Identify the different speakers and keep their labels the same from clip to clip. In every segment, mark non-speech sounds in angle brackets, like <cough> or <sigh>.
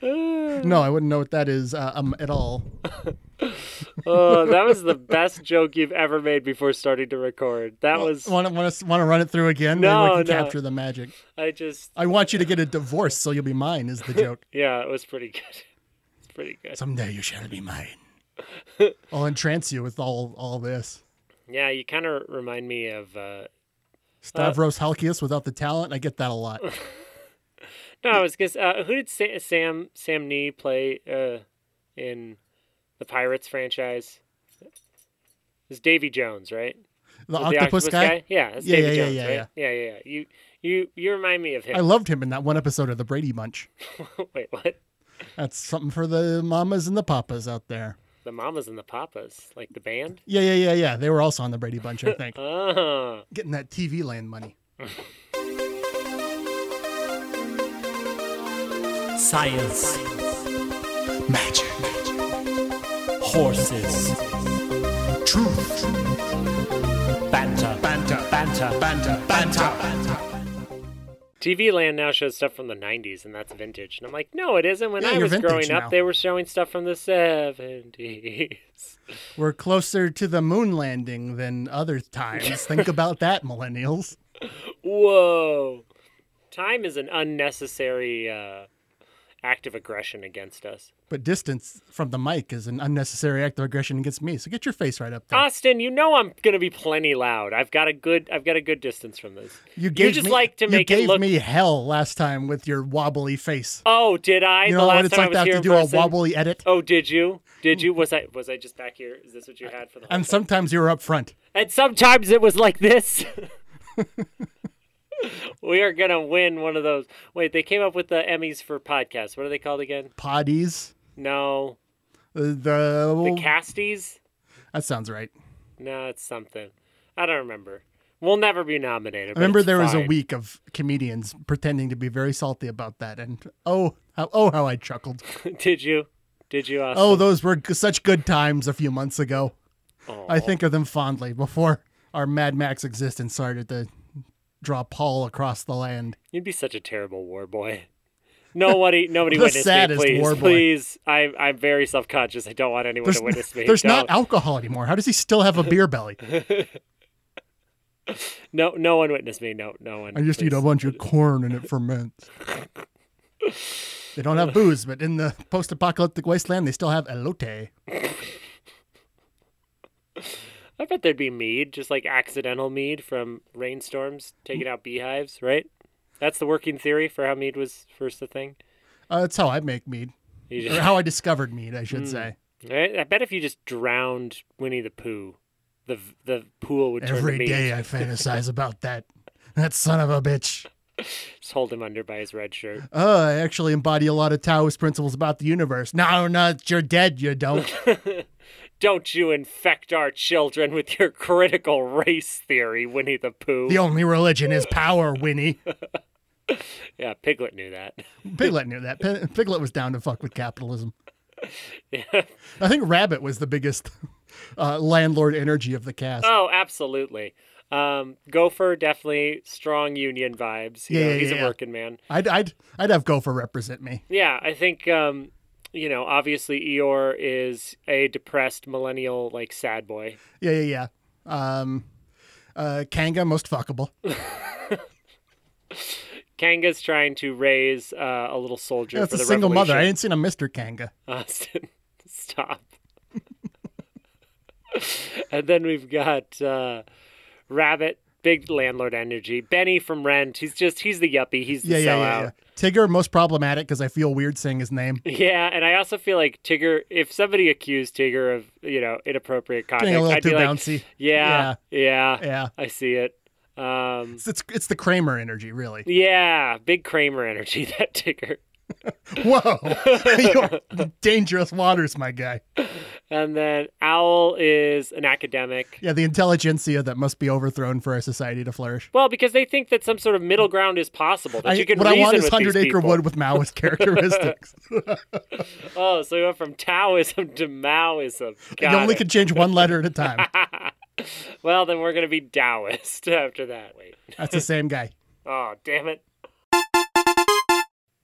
Speaker 1: no, I wouldn't know what that is uh, um, at all.
Speaker 2: oh, that was the best joke you've ever made before starting to record. That was
Speaker 1: Want to want to want to run it through again? Maybe
Speaker 2: No,
Speaker 1: we can
Speaker 2: no.
Speaker 1: capture the magic.
Speaker 2: I just
Speaker 1: I want you to get a divorce, so you'll be mine. Is the joke?
Speaker 2: yeah, it was pretty good. <laughs> It's pretty good.
Speaker 1: Someday you shall be mine. I'll entrance you with all all this.
Speaker 2: Yeah, you kind of remind me of uh
Speaker 1: Stavros Halkias without the talent. I get that a lot.
Speaker 2: No, I was guess uh, who did Sa- Sam Sam Nee play uh in the Pirates franchise? It's Davy Jones, right?
Speaker 1: The
Speaker 2: The
Speaker 1: octopus guy.
Speaker 2: Yeah, that's
Speaker 1: Yeah,
Speaker 2: Davy
Speaker 1: yeah, yeah,
Speaker 2: Jones,
Speaker 1: yeah,
Speaker 2: right? Yeah. yeah, yeah, You you you remind me of
Speaker 1: I
Speaker 2: him.
Speaker 1: loved him in that one episode of the Brady Bunch.
Speaker 2: <laughs> Wait, what?
Speaker 1: That's something for the mamas and the papas out there.
Speaker 2: The Mamas and the Papas, like the band?
Speaker 1: Yeah, yeah, yeah, yeah. They were also on the Brady Bunch, I
Speaker 2: <laughs>
Speaker 1: think.
Speaker 2: Oh.
Speaker 1: Getting that TV land money.
Speaker 3: Science.
Speaker 1: Magic.
Speaker 3: Horses.
Speaker 1: Truth.
Speaker 3: Banter. Banter. Banter. Banter. Banter.
Speaker 2: TV Land now shows stuff from the 90s, and that's vintage. And I'm like, no, it isn't. When
Speaker 1: Yeah,
Speaker 2: I
Speaker 1: you're
Speaker 2: was growing
Speaker 1: vintage
Speaker 2: up,
Speaker 1: now.
Speaker 2: they were showing stuff from the 70s.
Speaker 1: We're closer to the moon landing than other times.
Speaker 2: <laughs>
Speaker 1: Think about that, millennials.
Speaker 2: <laughs> Whoa. Time is an unnecessary uh, act of aggression against us.
Speaker 1: But distance from the mic is an unnecessary act of aggression against me. So get your face right up there.
Speaker 2: Austin, you know I'm gonna be plenty loud. I've got a good, I've got a good distance from this.
Speaker 1: you gave
Speaker 2: just
Speaker 1: me,
Speaker 2: like to make
Speaker 1: you gave
Speaker 2: it look.
Speaker 1: me hell last time with your wobbly face.
Speaker 2: Oh, did I?
Speaker 1: you
Speaker 2: the
Speaker 1: know
Speaker 2: last
Speaker 1: what it's
Speaker 2: time
Speaker 1: like to
Speaker 2: I was
Speaker 1: have
Speaker 2: here
Speaker 1: to
Speaker 2: in
Speaker 1: do
Speaker 2: person?
Speaker 1: a wobbly edit.
Speaker 2: Oh, did you? Did you? Was I? Was I just back here? Is this what you had for the? Whole
Speaker 1: And
Speaker 2: time?
Speaker 1: sometimes you're up front.
Speaker 2: And sometimes it was like this. <laughs> we are gonna win one of those. Wait, they came up with the Emmys for podcasts. What are they called again?
Speaker 1: Potties. Uh,
Speaker 2: No,
Speaker 1: The,
Speaker 2: the Casties.
Speaker 1: that sounds right.
Speaker 2: No, it's something. I don't remember. We'll never be nominated.
Speaker 1: I
Speaker 2: but
Speaker 1: remember
Speaker 2: it's
Speaker 1: there was a
Speaker 2: fine.
Speaker 1: week of comedians pretending to be very salty about that, and oh, how, oh, how I chuckled.
Speaker 2: <laughs> Did you? Did you? Austin?
Speaker 1: Oh, those were g- such good times a few months ago. I
Speaker 2: Aw.
Speaker 1: think of them fondly before our Mad Max existence started to draw Paul across the land.
Speaker 2: You'd be such a terrible war boy. <laughs> Nobody,
Speaker 1: <laughs>
Speaker 2: nobody
Speaker 1: The
Speaker 2: witness me,
Speaker 1: saddest
Speaker 2: please,
Speaker 1: war boy.
Speaker 2: please. I, I'm very self-conscious. I don't want anyone
Speaker 1: There's,
Speaker 2: to witness me.
Speaker 1: there's not
Speaker 2: Don't.
Speaker 1: alcohol anymore. How does he still have a beer
Speaker 2: <laughs>
Speaker 1: belly?
Speaker 2: no, no one witness me. No, no one.
Speaker 1: I just eat a
Speaker 2: please.
Speaker 1: bunch of corn and it ferments. They don't have booze, but in the post-apocalyptic wasteland, they still have elote.
Speaker 2: I bet there'd be mead, just like accidental mead from rainstorms taking out beehives, right? That's the working theory for how mead was first a thing.
Speaker 1: Uh, that's how I make mead,
Speaker 2: You
Speaker 1: or
Speaker 2: just,
Speaker 1: how I discovered mead, I
Speaker 2: Hmm.
Speaker 1: should say.
Speaker 2: right? I bet if you just drowned Winnie the Pooh, the v- the pool would turn to
Speaker 1: Every
Speaker 2: mead.
Speaker 1: day I fantasize about that. That son of a bitch.
Speaker 2: Just hold him under by his red shirt.
Speaker 1: Oh, I actually embody a lot of Taoist principles about the universe. No, no, you're dead, you don't.
Speaker 2: Don't you infect our children with your critical race theory, Winnie the Pooh.
Speaker 1: the only religion is power, Winnie.
Speaker 2: yeah, Piglet knew that.
Speaker 1: Piglet knew that. Pi- Piglet was down to fuck with capitalism. I think Rabbit was the biggest uh, landlord energy of the cast.
Speaker 2: Oh, absolutely. Um, Gopher definitely strong union vibes. You
Speaker 1: Yeah,
Speaker 2: know,
Speaker 1: yeah,
Speaker 2: he's
Speaker 1: yeah,
Speaker 2: a
Speaker 1: yeah.
Speaker 2: working man.
Speaker 1: I'd, I'd, I'd have Gopher represent me.
Speaker 2: Yeah, I think um, you know, obviously Eeyore is a depressed millennial like sad boy.
Speaker 1: Yeah, yeah, yeah. Um, uh, Kanga, most
Speaker 2: <laughs>
Speaker 1: fuckable.
Speaker 2: Kanga's trying to raise uh, a little soldier
Speaker 1: That's
Speaker 2: for
Speaker 1: a
Speaker 2: the
Speaker 1: single mother. I
Speaker 2: revolution.
Speaker 1: ain't seen a Mr. Kanga.
Speaker 2: <laughs> Austin, stop. <laughs> and then we've got uh, Rabbit, big landlord energy. Benny from Rent. He's just he's the yuppie. He's the
Speaker 1: Yeah, yeah, yeah, yeah.
Speaker 2: sellout.
Speaker 1: Tigger, most problematic because I feel weird saying his name.
Speaker 2: <laughs> Yeah, and I also feel like Tigger. If somebody accused Tigger of you know inappropriate conduct,
Speaker 1: Getting a little
Speaker 2: I'd
Speaker 1: too
Speaker 2: be like,
Speaker 1: bouncy.
Speaker 2: Yeah, yeah,
Speaker 1: Yeah.
Speaker 2: I see it. Um,
Speaker 1: It's, it's it's the Kramer energy, really.
Speaker 2: yeah, big Kramer energy. <laughs> That Tigger.
Speaker 1: <laughs>
Speaker 2: <laughs>
Speaker 1: Whoa, you're dangerous waters, my guy.
Speaker 2: And then Owl is an academic.
Speaker 1: Yeah, the intelligentsia that must be overthrown for our society to flourish.
Speaker 2: Well, because they think that some sort of middle ground is possible.
Speaker 1: I-
Speaker 2: That you can
Speaker 1: what I
Speaker 2: reason
Speaker 1: want is
Speaker 2: with these
Speaker 1: Hundred Acre
Speaker 2: people.
Speaker 1: Wood with
Speaker 2: <laughs>
Speaker 1: Maoist characteristics.
Speaker 2: Oh, so we went from Taoism to Maoism.
Speaker 1: you
Speaker 2: Got
Speaker 1: only
Speaker 2: it.
Speaker 1: can change one letter at a time.
Speaker 2: <laughs> Well, then we're gonna be Taoist <laughs> after that. Wait.
Speaker 1: That's the same guy.
Speaker 2: Oh, damn it.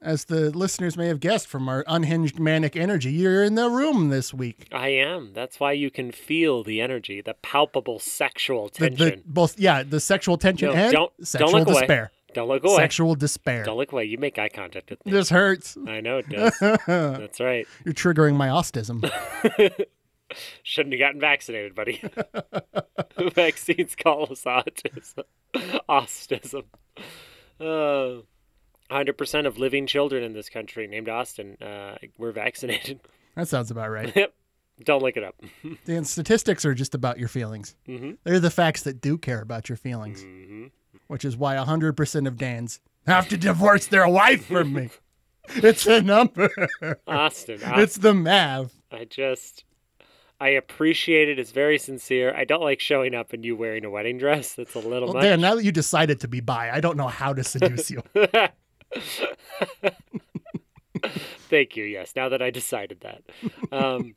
Speaker 1: As the listeners may have guessed from our unhinged manic energy, you're in the room this week.
Speaker 2: I am. That's why you can feel the energy, the palpable sexual
Speaker 1: The, the
Speaker 2: tension.
Speaker 1: both yeah, the sexual tension
Speaker 2: No,
Speaker 1: and
Speaker 2: don't- don't
Speaker 1: sexual
Speaker 2: look away.
Speaker 1: despair.
Speaker 2: Don't look away.
Speaker 1: Sexual despair.
Speaker 2: Don't look away. You make eye contact with me.
Speaker 1: This hurts.
Speaker 2: I know
Speaker 1: <laughs>
Speaker 2: it does. That's right.
Speaker 1: You're triggering my ostism.
Speaker 2: Shouldn't have gotten vaccinated, buddy. <laughs> Vaccines cause autism. Autism. Uh, 100% of living children in this country named Austin uh, were vaccinated.
Speaker 1: <laughs>
Speaker 2: <laughs>
Speaker 1: that sounds about right.
Speaker 2: Yep. Don't look it up.
Speaker 1: And statistics are just about your feelings.
Speaker 2: Mhm.
Speaker 1: They're the facts that do care about your feelings,
Speaker 2: Mhm.
Speaker 1: which is why 100% of Dans have to divorce their wife from
Speaker 2: <laughs>
Speaker 1: me. It's a number.
Speaker 2: Uh, Austin, Austin,
Speaker 1: <laughs> It's the math.
Speaker 2: I just, I appreciate it. It's very sincere. I don't like showing up and you wearing a wedding dress. That's a little
Speaker 1: Well,
Speaker 2: much.
Speaker 1: Dan, now that you decided to be bi, I don't know how to seduce
Speaker 2: <laughs>
Speaker 1: you.
Speaker 2: Thank you. Yes. Now that I
Speaker 1: <laughs>
Speaker 2: decided that. Um,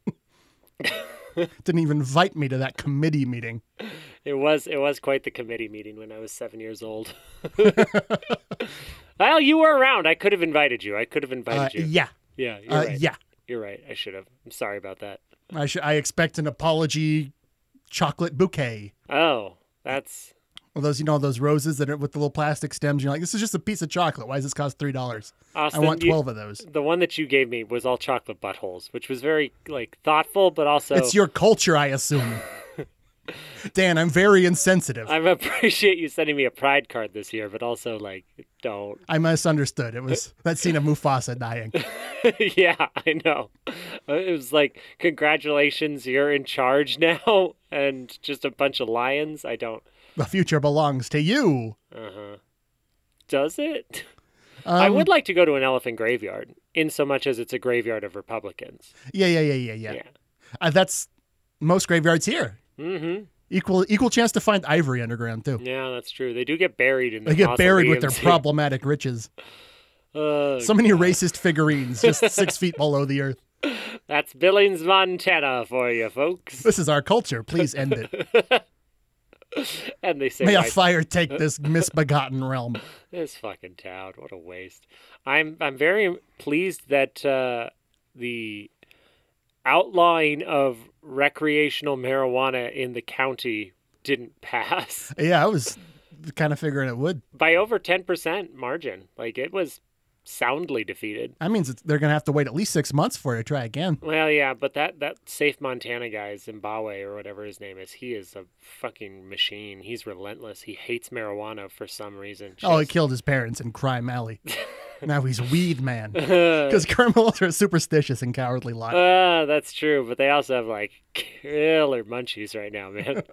Speaker 1: Didn't even invite me to that committee meeting.
Speaker 2: It was it was quite the committee meeting when I was seven years
Speaker 1: <laughs>
Speaker 2: old. well, you were around. I could have invited you. I could have
Speaker 1: Uh,
Speaker 2: invited you.
Speaker 1: yeah.
Speaker 2: Yeah, you're
Speaker 1: Uh,
Speaker 2: right.
Speaker 1: Yeah.
Speaker 2: You're right. I should have. I'm sorry about that.
Speaker 1: I, sh- I expect an apology chocolate bouquet.
Speaker 2: Oh, that's
Speaker 1: Well, those, you know, those roses that are with the little plastic stems. You're like, this is just a piece of chocolate. Why does this cost $3? I
Speaker 2: Austin.
Speaker 1: want
Speaker 2: you-
Speaker 1: 12 of those.
Speaker 2: the one that you gave me was all chocolate buttholes, which was very like thoughtful, but also
Speaker 1: It's
Speaker 2: <laughs>
Speaker 1: your culture, I assume. Dan, I'm very insensitive.
Speaker 2: I appreciate you sending me a pride card this year, but also like don't. <laughs>
Speaker 1: I misunderstood. It was that scene of Mufasa dying.
Speaker 2: yeah, I know. Uh, It was like congratulations, you're in charge <laughs> now, and just a bunch of lions. I don't.
Speaker 1: The future belongs to you.
Speaker 2: Uh-huh. Does it?
Speaker 1: Um,
Speaker 2: I would like to go to an elephant graveyard, in so much as it's a graveyard of Republicans.
Speaker 1: Yeah, yeah, yeah, yeah, yeah.
Speaker 2: Yeah.
Speaker 1: Uh, that's most graveyards here.
Speaker 2: Mm-hmm.
Speaker 1: Equal equal chance to find ivory underground too.
Speaker 2: Yeah, that's true. They do get buried in.
Speaker 1: They get buried with their
Speaker 2: <laughs> mausoleums
Speaker 1: problematic riches.
Speaker 2: here. Ugh,
Speaker 1: So many racist figurines
Speaker 2: <laughs>
Speaker 1: just six feet below the earth.
Speaker 2: that's Billings, Montana, for
Speaker 1: <laughs>
Speaker 2: you folks.
Speaker 1: This is our culture. Please end
Speaker 2: <laughs>
Speaker 1: it.
Speaker 2: And they say,
Speaker 1: May a
Speaker 2: "Why-
Speaker 1: fire take this misbegotten realm.
Speaker 2: "This fucking town, what a waste." I'm I'm very pleased that uh, the outlawing of recreational marijuana in the county didn't <laughs> pass.
Speaker 1: Yeah, I was kind of figuring it would.
Speaker 2: by over 10% margin. Like it was soundly defeated.
Speaker 1: That means it's, they're gonna have to wait at least six months for it to try again.
Speaker 2: Well, yeah, but that that safe Montana guy, Zimbabwe or whatever his name is, he is a fucking machine. He's relentless. He hates marijuana for some reason.
Speaker 1: Oh, he
Speaker 2: Just-
Speaker 1: killed his parents in Crime Alley. now he's Weed Man. Because criminals are a superstitious and cowardly lot.
Speaker 2: Ah, that's true, but they also have like killer munchies right now,
Speaker 1: <laughs>
Speaker 2: man.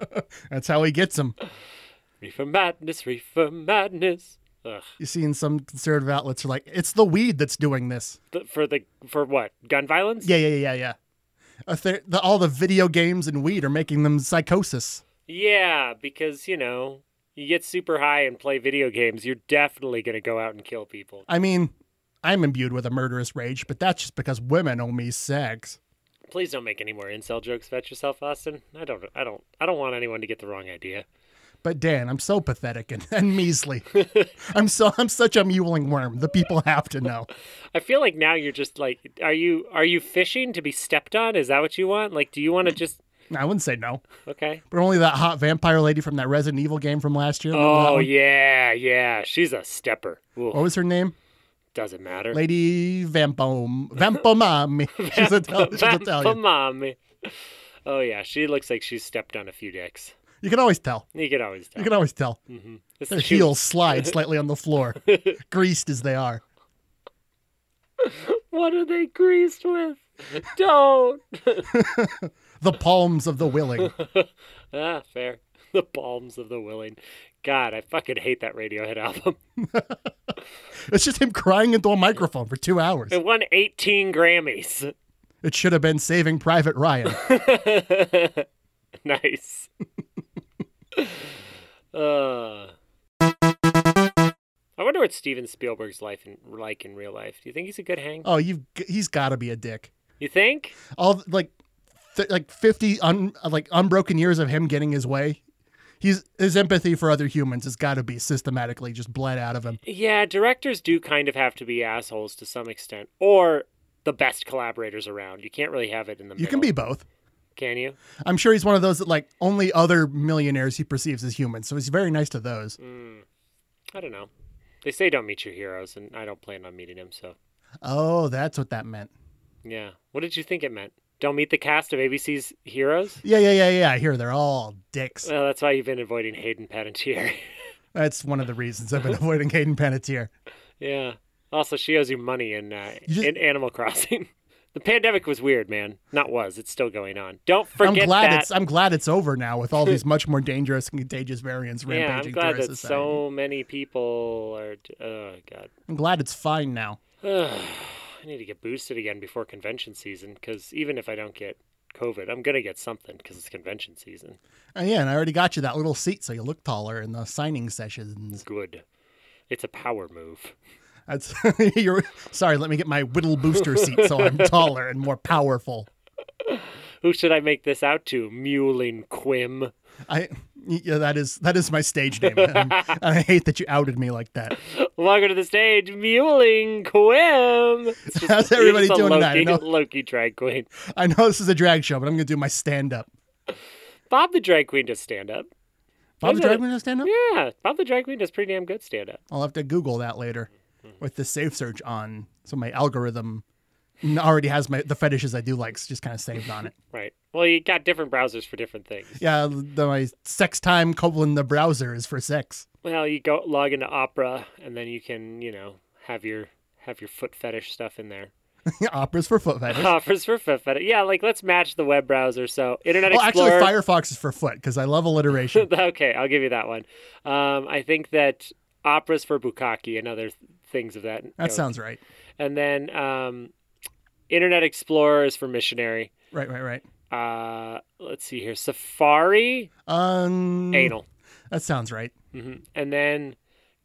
Speaker 1: That's how he gets them.
Speaker 2: reefer madness, reefer madness. Ugh.
Speaker 1: You see, in some conservative outlets, are like, it's the weed that's doing this.
Speaker 2: Th- for the for what gun violence?
Speaker 1: Yeah, yeah, yeah, yeah. A th- the, all the video games and weed are making them psychosis.
Speaker 2: Yeah, because you know, you get super high and play video games, you're definitely gonna go out and kill people.
Speaker 1: I mean, I'm imbued with a murderous rage, but that's just because women owe me sex.
Speaker 2: Please don't make any more incel jokes about yourself, Austin. I don't, I don't, I don't want anyone to get the wrong idea.
Speaker 1: But Dan, I'm so pathetic and, <laughs> and measly. I'm so I'm such a mewling worm. The people have to know.
Speaker 2: I feel like now you're just like, are you, are you fishing to be stepped on? Is that what you want? Like, do you want to just?
Speaker 1: I wouldn't say no.
Speaker 2: Okay.
Speaker 1: But only that hot vampire lady from that Resident Evil game from last year. Remember that
Speaker 2: Oh
Speaker 1: one?
Speaker 2: yeah, yeah. She's a stepper. Ooh,
Speaker 1: What was her name?
Speaker 2: Doesn't matter. <laughs>
Speaker 1: Lady Vampome. Vampomami. <laughs> She's, Ital- she's
Speaker 2: Vamp-
Speaker 1: Italian.
Speaker 2: mommy. Oh yeah, she looks like she's stepped on a few dicks.
Speaker 1: You can always tell.
Speaker 2: You can always tell.
Speaker 1: You can always tell.
Speaker 2: It's
Speaker 1: Their
Speaker 2: shoe-
Speaker 1: heels slide slightly on the
Speaker 2: <laughs>
Speaker 1: floor, greased as they are.
Speaker 2: What are they greased with? <laughs> Don't.
Speaker 1: The palms of the willing.
Speaker 2: Ah, fair. The palms of the willing. God, I fucking hate that Radiohead <laughs> album.
Speaker 1: It's just him crying into a microphone for two hours.
Speaker 2: It won 18 Grammys.
Speaker 1: It should have been Saving Private Ryan.
Speaker 2: <laughs> nice. uh, I wonder what Steven Spielberg's life in, like in real life. Do you think he's a good hang?
Speaker 1: Oh, you've g- he's got to be a dick.
Speaker 2: You think?
Speaker 1: All like th- like fifty un- like unbroken years of him getting his way. he's his empathy for other humans has got to be systematically just bled out of him.
Speaker 2: Yeah, directors do kind of have to be assholes to some extent, or the best collaborators around. You can't really have it in the middle.
Speaker 1: You can be both.
Speaker 2: can you?
Speaker 1: I'm sure he's one of those that like only other millionaires he perceives as humans, so he's very nice to those.
Speaker 2: Mm. I don't know. They say don't meet your heroes, and I don't plan on meeting him. So
Speaker 1: Oh, that's what that meant.
Speaker 2: yeah, what did you think it meant? Don't meet the cast of ABC's heroes.
Speaker 1: Yeah, yeah, yeah, yeah. I hear they're all dicks.
Speaker 2: Well, that's why you've been avoiding Hayden Panettiere. <laughs>
Speaker 1: That's one of the reasons I've been avoiding Hayden Panettiere.
Speaker 2: yeah. Also, she owes you money in uh,
Speaker 1: You just-
Speaker 2: in Animal <laughs> Crossing. the pandemic was weird, man. Not was. It's still going on. Don't forget
Speaker 1: I'm glad
Speaker 2: that.
Speaker 1: it's I'm glad it's over now with all
Speaker 2: <laughs>
Speaker 1: these much more dangerous and contagious variants rampaging
Speaker 2: yeah, I'm glad
Speaker 1: through our
Speaker 2: that
Speaker 1: society.
Speaker 2: so many people are. Oh God. <sighs>
Speaker 1: I'm glad it's fine now.
Speaker 2: Ugh, I need to get boosted again before convention season because even if I don't get COVID, I'm going to get something because it's convention season.
Speaker 1: Oh, yeah, and I already got you that little seat so you look taller in the signing sessions.
Speaker 2: Good. It's a power move.
Speaker 1: That's <laughs> you're sorry. Let me get my whittle booster seat so I'm taller and more powerful.
Speaker 2: Who should I make this out to? Mewling Quim.
Speaker 1: I yeah, that is that is my stage name. <laughs> and I hate that you outed me like that.
Speaker 2: Welcome to the stage, Mewling
Speaker 1: <laughs>
Speaker 2: Quim. It's just-
Speaker 1: How's everybody
Speaker 2: it's a
Speaker 1: doing tonight? I
Speaker 2: Loki,
Speaker 1: know-
Speaker 2: Loki drag queen.
Speaker 1: I know this is a drag show, but I'm gonna do my stand up.
Speaker 2: Bob the drag queen does stand up.
Speaker 1: Bob the
Speaker 2: Is
Speaker 1: drag
Speaker 2: it?
Speaker 1: queen does stand up.
Speaker 2: Yeah, Bob the drag queen does pretty damn good stand up.
Speaker 1: I'll have to Google that later with the safe search on, so my algorithm n- already has my the fetishes I do likes just kind of saved on it.
Speaker 2: Right. Well, you got different browsers for different things.
Speaker 1: Yeah, the, my sex time colon the browser is for sex. <laughs>
Speaker 2: Well, you go log into Opera, and then you can, you know, have your have your foot fetish stuff in there.
Speaker 1: Opera's for foot fetish.
Speaker 2: <laughs> Offers for foot fetish. Yeah, like let's match the web browser. So Internet
Speaker 1: Well, Oh, actually,
Speaker 2: Explorer.
Speaker 1: Firefox is for foot because I love alliteration.
Speaker 2: <laughs> okay, I'll give you that one. Um, I think that Opera's for bukkake and other th- things of that.
Speaker 1: That
Speaker 2: ilk.
Speaker 1: sounds right.
Speaker 2: And then um, Internet Explorer is for missionary.
Speaker 1: Right, right, right.
Speaker 2: Uh, let's see here. Safari
Speaker 1: Um,
Speaker 2: anal.
Speaker 1: That sounds right.
Speaker 2: hmm And then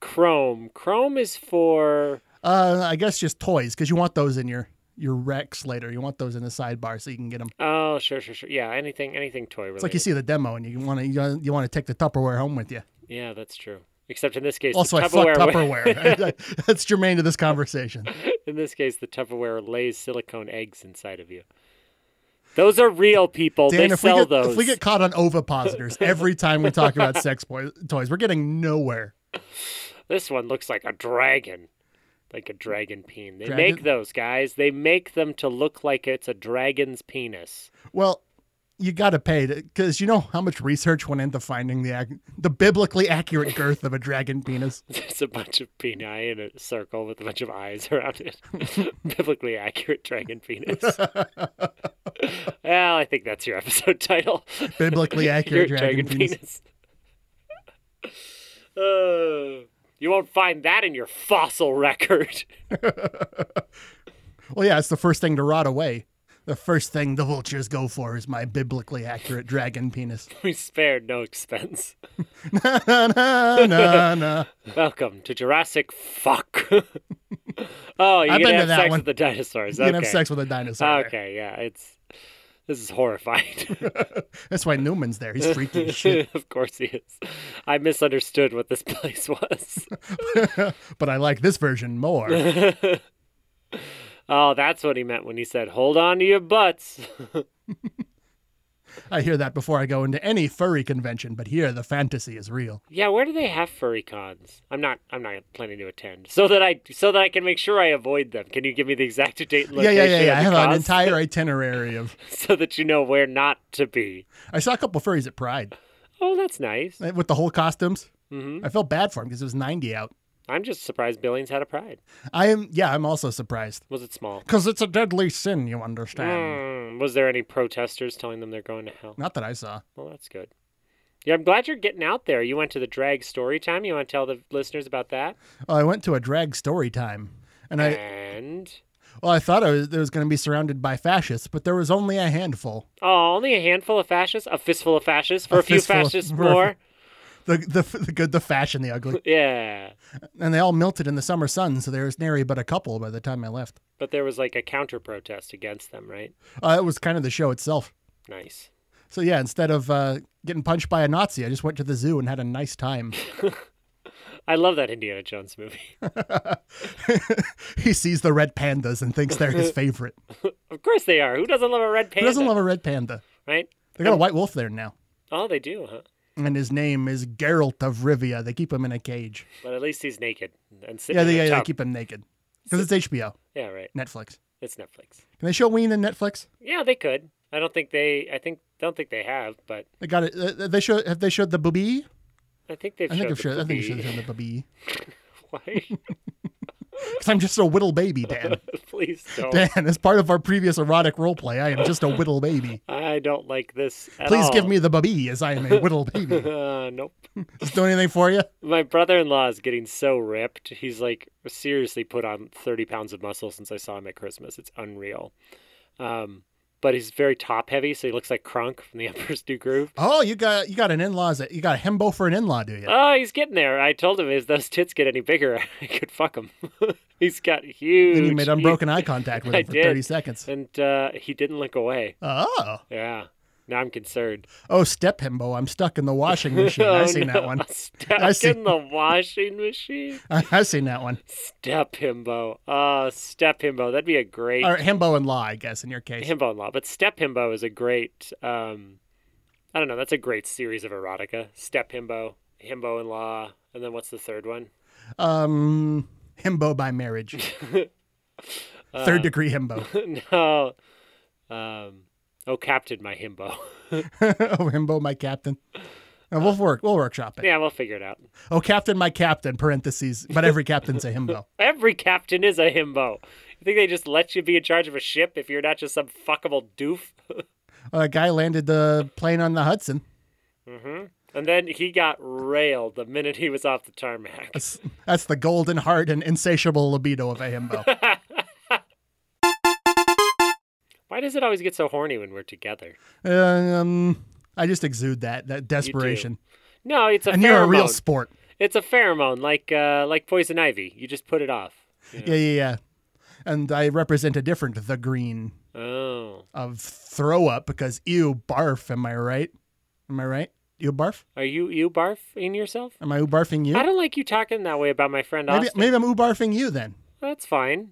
Speaker 2: Chrome. Chrome is for
Speaker 1: Uh, I guess just toys because you want those in your your Rex later. You want those in the sidebar so you can get them.
Speaker 2: Oh, sure, sure, sure. Yeah, anything, anything toy related.
Speaker 1: It's like you see the demo and you want to you, want to take the Tupperware home with you.
Speaker 2: Yeah, that's true. Except in this case,
Speaker 1: Also,
Speaker 2: the
Speaker 1: I fucked
Speaker 2: Tupperware. <laughs>
Speaker 1: Tupperware. <laughs> That's germane to this conversation.
Speaker 2: in this case, the Tupperware lays silicone eggs inside of you. Those are real people.
Speaker 1: Dan,
Speaker 2: they
Speaker 1: if we,
Speaker 2: sell
Speaker 1: get,
Speaker 2: those.
Speaker 1: if we get caught on ovipositors every time we talk about sex boy, toys, we're getting nowhere.
Speaker 2: This one looks like a dragon, like a dragon peen. They
Speaker 1: Dragon-
Speaker 2: make those guys. They make them to look like it's a dragon's penis. <laughs>
Speaker 1: Well, you got to pay because you know how much research went into finding the ac- the biblically accurate girth of a dragon penis.
Speaker 2: There's a bunch of peni in a circle with a bunch of eyes <laughs> around
Speaker 1: <laughs>
Speaker 2: it. Biblically accurate dragon penis. well, I think that's your episode title. <laughs>
Speaker 1: Biblically accurate dragon, penis.
Speaker 2: penis. <laughs> Uh, you won't find that in your fossil record. <laughs>
Speaker 1: Well, yeah, it's the first thing to rot away. The first thing the vultures go for is my biblically accurate dragon penis. <laughs>
Speaker 2: we spared no expense.
Speaker 1: na, na, na, na.
Speaker 2: Welcome to Jurassic Fuck. <laughs> oh, you
Speaker 1: I've been
Speaker 2: gonna
Speaker 1: to
Speaker 2: have
Speaker 1: that
Speaker 2: sex
Speaker 1: one.
Speaker 2: with the dinosaurs?
Speaker 1: You
Speaker 2: okay.
Speaker 1: can have sex with a dinosaur. there.
Speaker 2: okay, yeah, it's this
Speaker 1: <laughs>
Speaker 2: is horrifying. <laughs>
Speaker 1: That's why Newman's there. He's freaky as shit. <laughs>
Speaker 2: of course he is. I misunderstood what this <laughs> place was.
Speaker 1: but I like this version
Speaker 2: <laughs>
Speaker 1: more.
Speaker 2: oh, that's what he meant when he said, "Hold on to your butts." <laughs>
Speaker 1: I hear that before I go into any furry convention, but here the fantasy is real.
Speaker 2: Yeah, where do they have furry cons? I'm not. I'm not planning to attend. So that I, so that I can make sure I avoid them. Can you give me the exact date and
Speaker 1: yeah,
Speaker 2: location?
Speaker 1: yeah, yeah, yeah. I
Speaker 2: of
Speaker 1: have
Speaker 2: the
Speaker 1: an
Speaker 2: cons
Speaker 1: entire itinerary of.
Speaker 2: <laughs> so that you know where not to be.
Speaker 1: I saw a couple furries at Pride
Speaker 2: Oh, that's nice.
Speaker 1: eh, with the whole costumes.
Speaker 2: hmm
Speaker 1: I felt bad for him because it was 90 out.
Speaker 2: I'm just surprised Billings had a pride.
Speaker 1: I am, yeah, I'm also surprised.
Speaker 2: Was it small?
Speaker 1: Because it's a deadly sin, you understand.
Speaker 2: Mm, was there any protesters telling them they're going to hell?
Speaker 1: Not that I saw.
Speaker 2: Well, that's good. Yeah, I'm glad you're getting out there. You went to the drag story time. You want to tell the listeners about that?
Speaker 1: Oh, I went to a drag story time, and I
Speaker 2: And
Speaker 1: well, I thought I was, there was going to be surrounded by fascists, but there was only a handful.
Speaker 2: oh, only a handful of fascists, a fistful of fascists for
Speaker 1: A
Speaker 2: a, few
Speaker 1: fistful of- <laughs>
Speaker 2: fascists
Speaker 1: for a-
Speaker 2: more.
Speaker 1: The the, the good, the fashion, the ugly,
Speaker 2: <laughs> Yeah.
Speaker 1: and they all melted in the summer sun. So there was nary but a couple by the time I left.
Speaker 2: But there was like a counter protest against them, right?
Speaker 1: Uh, it was kind of the show itself.
Speaker 2: Nice.
Speaker 1: So yeah, instead of uh, getting punched by a Nazi, I just went to the zoo and had a nice time. <laughs>
Speaker 2: I love that Indiana Jones movie. <laughs>
Speaker 1: he sees the red pandas and thinks they're his favorite.
Speaker 2: of course they are. Who doesn't love a red panda?
Speaker 1: Who doesn't love a red panda?
Speaker 2: right?
Speaker 1: They got a white wolf there now,
Speaker 2: Oh, they do, huh?
Speaker 1: and his name is Geralt of Rivia. They keep him in a cage.
Speaker 2: But at least he's naked and sitting
Speaker 1: Yeah,
Speaker 2: in
Speaker 1: they,
Speaker 2: a
Speaker 1: yeah, they
Speaker 2: tub.
Speaker 1: keep him naked because it's HBO,
Speaker 2: Yeah, right.
Speaker 1: Netflix.
Speaker 2: It's Netflix.
Speaker 1: Can they show Ween in Netflix?
Speaker 2: Yeah, they could. I don't think they. I think don't think they have, but
Speaker 1: They got it. uh, They show. Have they showed the booby?
Speaker 2: I think they've.
Speaker 1: I think
Speaker 2: showed
Speaker 1: I've showed.
Speaker 2: the
Speaker 1: I think they should
Speaker 2: puppy.
Speaker 1: have shown the booby.
Speaker 2: <laughs> Why?
Speaker 1: Because I'm just a whittle baby,
Speaker 2: <laughs>
Speaker 1: Dan.
Speaker 2: Oh.
Speaker 1: <laughs>
Speaker 2: Please don't.
Speaker 1: Dan, as part of our previous erotic role play, I am just a whittle baby.
Speaker 2: I don't like this. At
Speaker 1: Please give
Speaker 2: all.
Speaker 1: me the booby, as I am a whittle baby.
Speaker 2: <laughs> Uh, nope.
Speaker 1: Just do anything for you.
Speaker 2: My brother-in-law is getting so ripped. He's like seriously put on thirty pounds of muscle since I saw him at Christmas. It's unreal. Um, but he's very top-heavy, so he looks like Kronk from the <laughs> Emperor's New Groove.
Speaker 1: Oh, you got you got an in laws. You got a hembo for an in law, do you?
Speaker 2: Oh, he's getting there. I told him if those tits get any bigger, <laughs> I could fuck him. he's got huge.
Speaker 1: Then you made
Speaker 2: huge-
Speaker 1: unbroken eye contact with
Speaker 2: <laughs> I
Speaker 1: him for
Speaker 2: did.
Speaker 1: 30 seconds.
Speaker 2: and uh, he didn't look away.
Speaker 1: Oh,
Speaker 2: Yeah. Now
Speaker 1: <laughs>
Speaker 2: I'm concerned.
Speaker 1: oh, step hembo. I'm stuck in the washing machine.
Speaker 2: <laughs> Oh,
Speaker 1: I've seen
Speaker 2: no.
Speaker 1: that one. <laughs>
Speaker 2: Stuck
Speaker 1: I see-
Speaker 2: in the washing machine.
Speaker 1: I- I've seen that
Speaker 2: <laughs>
Speaker 1: one.
Speaker 2: Step himbo. Ah, step himbo. That'd be a great
Speaker 1: All right, hembo and law, I guess, in your case.
Speaker 2: himbo in law. But step himbo is a great. Um, I don't know. That's a great series of erotica. Step himbo, himbo in law, and then what's the third one? <laughs>
Speaker 1: Um, himbo by marriage.
Speaker 2: Uh,
Speaker 1: Third degree himbo. <laughs>
Speaker 2: no. Um, oh, Captain, my himbo. <laughs>
Speaker 1: oh, himbo, my captain. Uh, we'll work. We'll workshop it.
Speaker 2: yeah, we'll figure it out.
Speaker 1: Oh, captain, my captain. Parentheses. But every captain's a
Speaker 2: <laughs>
Speaker 1: himbo.
Speaker 2: Every captain is a himbo. You think they just let you be in charge of a ship if you're not just some fuckable doof? <laughs>
Speaker 1: A guy landed the plane on the Hudson.
Speaker 2: and then he got railed the minute he was off the tarmac.
Speaker 1: That's, that's the golden heart and insatiable libido of a
Speaker 2: <laughs>
Speaker 1: himbo.
Speaker 2: Why does it always get so horny when we're together?
Speaker 1: um, I just exude that that desperation.
Speaker 2: No, it's a
Speaker 1: And
Speaker 2: pheromone.
Speaker 1: you're a real sport.
Speaker 2: it's a pheromone, like uh, like poison ivy. You just put it off.
Speaker 1: Yeah, yeah, yeah. And I represent a different the green
Speaker 2: Oh,
Speaker 1: of throw up because ew barf. Am I right? Am I right? You barf?
Speaker 2: are you you barfing yourself?
Speaker 1: Am I ooh barfing you?
Speaker 2: I don't like you talking that way about my friend
Speaker 1: Maybe,
Speaker 2: Austin.
Speaker 1: maybe I'm ooh barfing you then.
Speaker 2: That's fine.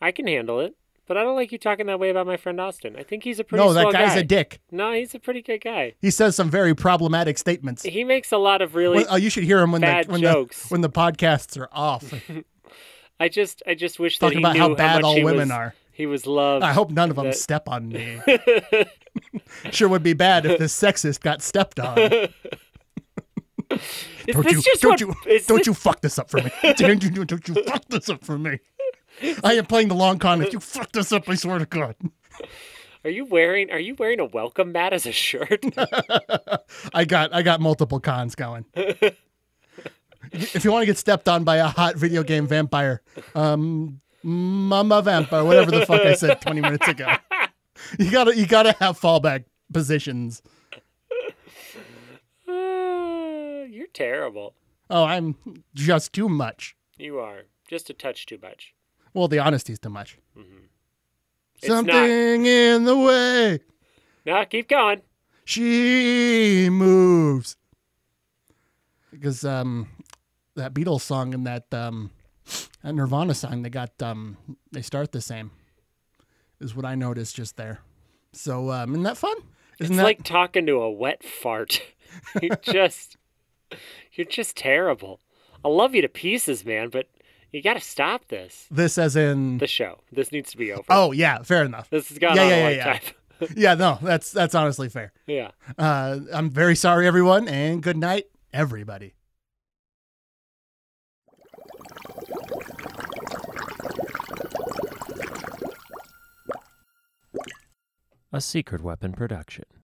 Speaker 2: I can handle it. But I don't like you talking that way about my friend Austin. I think he's a pretty
Speaker 1: No, that
Speaker 2: swell
Speaker 1: guy's
Speaker 2: guy.
Speaker 1: a dick.
Speaker 2: No, he's a pretty good guy.
Speaker 1: He says some very problematic statements.
Speaker 2: He makes a lot of really.
Speaker 1: Well, oh, you should hear him when the
Speaker 2: bad
Speaker 1: when
Speaker 2: jokes.
Speaker 1: the when the podcasts are off.
Speaker 2: I just, I just wish
Speaker 1: Talking
Speaker 2: that
Speaker 1: about
Speaker 2: he
Speaker 1: how
Speaker 2: knew
Speaker 1: bad
Speaker 2: much
Speaker 1: all
Speaker 2: he
Speaker 1: women
Speaker 2: was-
Speaker 1: are.
Speaker 2: He was loved.
Speaker 1: I hope
Speaker 2: <laughs>
Speaker 1: none of them
Speaker 2: That-
Speaker 1: step on
Speaker 2: <laughs>
Speaker 1: me. <laughs> sure would be bad if this sexist got stepped on. Don't
Speaker 2: Is this
Speaker 1: you
Speaker 2: just
Speaker 1: don't
Speaker 2: what-
Speaker 1: you
Speaker 2: is
Speaker 1: don't
Speaker 2: this-
Speaker 1: you fuck this up for
Speaker 2: <laughs>
Speaker 1: me. Don't you don't you fuck this up for me. I am playing the long con. If you fuck this up, I swear to God.
Speaker 2: Are you wearing? Are you wearing a welcome mat as
Speaker 1: <laughs>
Speaker 2: a shirt?
Speaker 1: I got I got multiple cons
Speaker 2: <laughs>
Speaker 1: going. if you want to get stepped on by a hot video game vampire, um, Mama Vampire, whatever the fuck I said twenty minutes ago, you gotta you gotta have fallback positions.
Speaker 2: Uh, you're terrible.
Speaker 1: Oh, I'm just too much.
Speaker 2: You are just a touch too much.
Speaker 1: Well, the honesty's too much.
Speaker 2: Mm-hmm. It's not.
Speaker 1: Something in the way
Speaker 2: No, keep going.
Speaker 1: she moves. Because um, that Beatles song and that um, that Nirvana song, they got um, they start the same, is what I noticed just there. So um, isn't that fun? Isn't
Speaker 2: It's
Speaker 1: that
Speaker 2: like talking to a wet
Speaker 1: <laughs>
Speaker 2: fart. you just, you're just terrible. I love you to pieces, man, but you got to stop this.
Speaker 1: this as in?
Speaker 2: The show. This needs to be over.
Speaker 1: oh yeah, fair enough.
Speaker 2: this has gone
Speaker 1: yeah,
Speaker 2: on
Speaker 1: yeah,
Speaker 2: a long
Speaker 1: yeah, yeah.
Speaker 2: time. <laughs>
Speaker 1: yeah, no, that's that's honestly fair.
Speaker 2: yeah.
Speaker 1: Uh, I'm very sorry, everyone, and good night, everybody.
Speaker 4: A Secret Weapon production.